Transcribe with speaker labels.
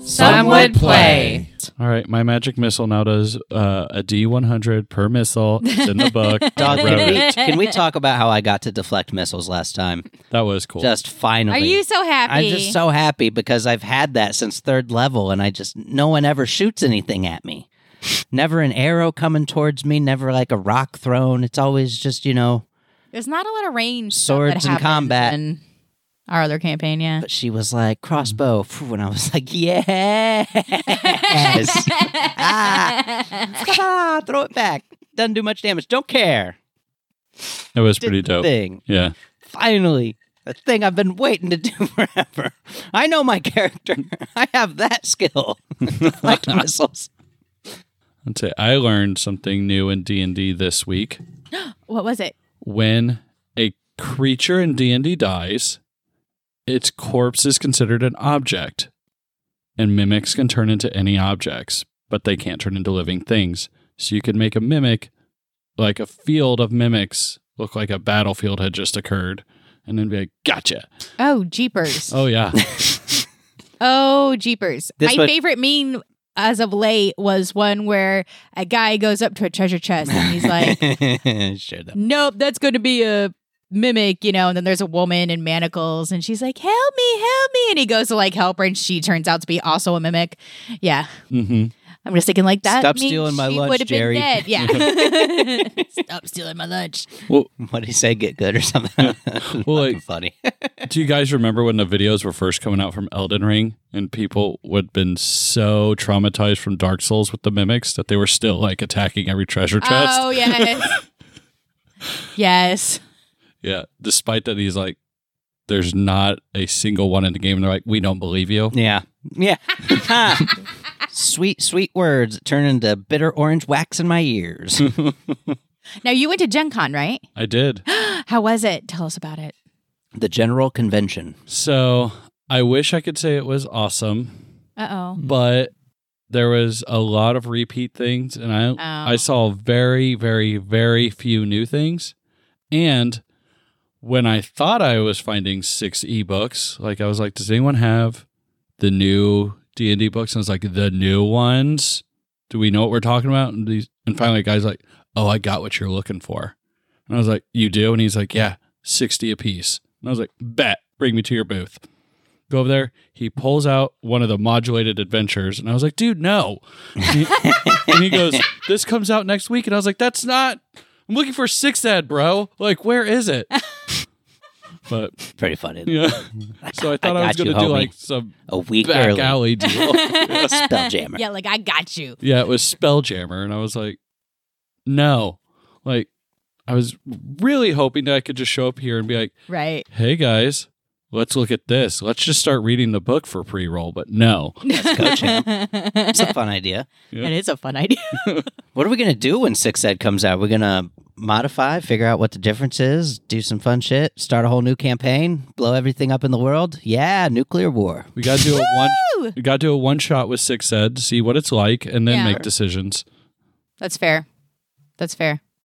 Speaker 1: Some would play.
Speaker 2: All right, my magic missile now does uh, a D100 per missile. It's in the book.
Speaker 3: Dog,
Speaker 2: I
Speaker 3: can
Speaker 2: wrote
Speaker 3: we,
Speaker 2: it.
Speaker 3: can we talk about how I got to deflect missiles last time?
Speaker 2: That was cool.
Speaker 3: Just finally.
Speaker 1: Are you so happy?
Speaker 3: I'm just so happy because I've had that since third level, and I just no one ever shoots anything at me. Never an arrow coming towards me. Never like a rock thrown. It's always just you know.
Speaker 1: There's not a lot of range. stuff
Speaker 3: Swords
Speaker 1: that
Speaker 3: and
Speaker 1: happens
Speaker 3: combat.
Speaker 1: In our other campaign, yeah.
Speaker 3: But she was like crossbow,
Speaker 2: Mm.
Speaker 3: phew, and I was like, yes, ah, Ah, throw it back. Doesn't do much damage. Don't care.
Speaker 2: it was
Speaker 3: Did
Speaker 2: pretty
Speaker 3: the
Speaker 2: dope.
Speaker 3: Thing.
Speaker 2: Yeah.
Speaker 3: finally a thing I've been waiting to do forever. I know my character. I have that skill. Deflect missiles.
Speaker 2: I'd say I learned something new in D&D this week.
Speaker 1: What was it?
Speaker 2: When a creature in D&D dies, its corpse is considered an object. And mimics can turn into any objects, but they can't turn into living things. So you could make a mimic like a field of mimics look like a battlefield had just occurred and then be like, "Gotcha."
Speaker 1: Oh, jeepers.
Speaker 2: Oh yeah.
Speaker 1: Oh, jeepers.
Speaker 3: This
Speaker 1: My
Speaker 3: one-
Speaker 1: favorite meme as of late was one where a guy goes up to a treasure chest and he's like,
Speaker 3: Share that.
Speaker 1: nope, that's going to be a mimic, you know, and then there's a woman in manacles and she's like, help me, help me. And he goes to like help her and she turns out to be also a mimic. Yeah.
Speaker 2: mhm.
Speaker 1: I'm just thinking like that.
Speaker 3: Stop
Speaker 1: means
Speaker 3: stealing my
Speaker 1: she
Speaker 3: lunch,
Speaker 1: would've been
Speaker 3: Jerry.
Speaker 1: dead. Yeah. Stop stealing my lunch.
Speaker 3: What do you say? Get good or something?
Speaker 2: Well,
Speaker 3: Fucking
Speaker 2: like-
Speaker 3: funny.
Speaker 2: Do you guys remember when the videos were first coming out from Elden Ring and people would been so traumatized from Dark Souls with the mimics that they were still like attacking every treasure chest?
Speaker 1: Oh yes. yes.
Speaker 2: Yeah. Despite that he's like there's not a single one in the game and they're like, We don't believe you.
Speaker 3: Yeah. Yeah. sweet, sweet words turn into bitter orange wax in my ears.
Speaker 2: Hmm.
Speaker 1: Now you went to Gen Con, right?
Speaker 2: I did.
Speaker 1: How was it? Tell us about it.
Speaker 3: the General Convention.
Speaker 2: So I wish I could say it was awesome,
Speaker 1: Uh oh.
Speaker 2: but there was a lot of repeat things and I
Speaker 1: Oh.
Speaker 2: I saw very, very, very few new things. And when I thought I was finding six ebooks, like I was like, does anyone have the new D and D books? And I was like, the new ones? Do we know what we're talking about? And these and finally a guy's like, Oh, I got what you're looking for. And I was like, You do? And he's like, Yeah, sixty apiece. And I was like, Bet, bring me to your booth. Go over there. He pulls out one of the modulated adventures, and I was like, "Dude, no!" And he- and he goes, "This comes out next week." And I was like, "That's not. I'm looking for six ed, bro. Like, where is it?" But
Speaker 3: Pretty funny.
Speaker 2: yeah, so I thought I,
Speaker 3: I
Speaker 2: was
Speaker 3: got you,
Speaker 2: going to do
Speaker 3: homie.
Speaker 2: like some
Speaker 3: A week
Speaker 2: back
Speaker 3: early.
Speaker 2: alley deal.
Speaker 3: Spell jammer.
Speaker 1: Yeah, like I got you.
Speaker 2: yeah, it was Spelljammer, and I was like, "No!" Like, I was really hoping that I could just show up here and be like,
Speaker 1: Right.
Speaker 2: "Hey guys." Let's look at this. Let's just start reading the book for pre roll, but no.
Speaker 3: coaching.
Speaker 1: it
Speaker 3: It's a fun idea.
Speaker 1: is a fun idea.
Speaker 3: What are we gonna do when Six Ed comes out? We're gonna modify, figure out what the difference is, do some fun shit, start a whole new campaign, blow everything up in the world. Yeah, nuclear war.
Speaker 2: We gotta do a
Speaker 1: Woo!
Speaker 2: one. We gotta do a one shot with six ed, see what it's like, and then
Speaker 1: Yeah.
Speaker 2: make decisions.
Speaker 1: That's fair. That's fair.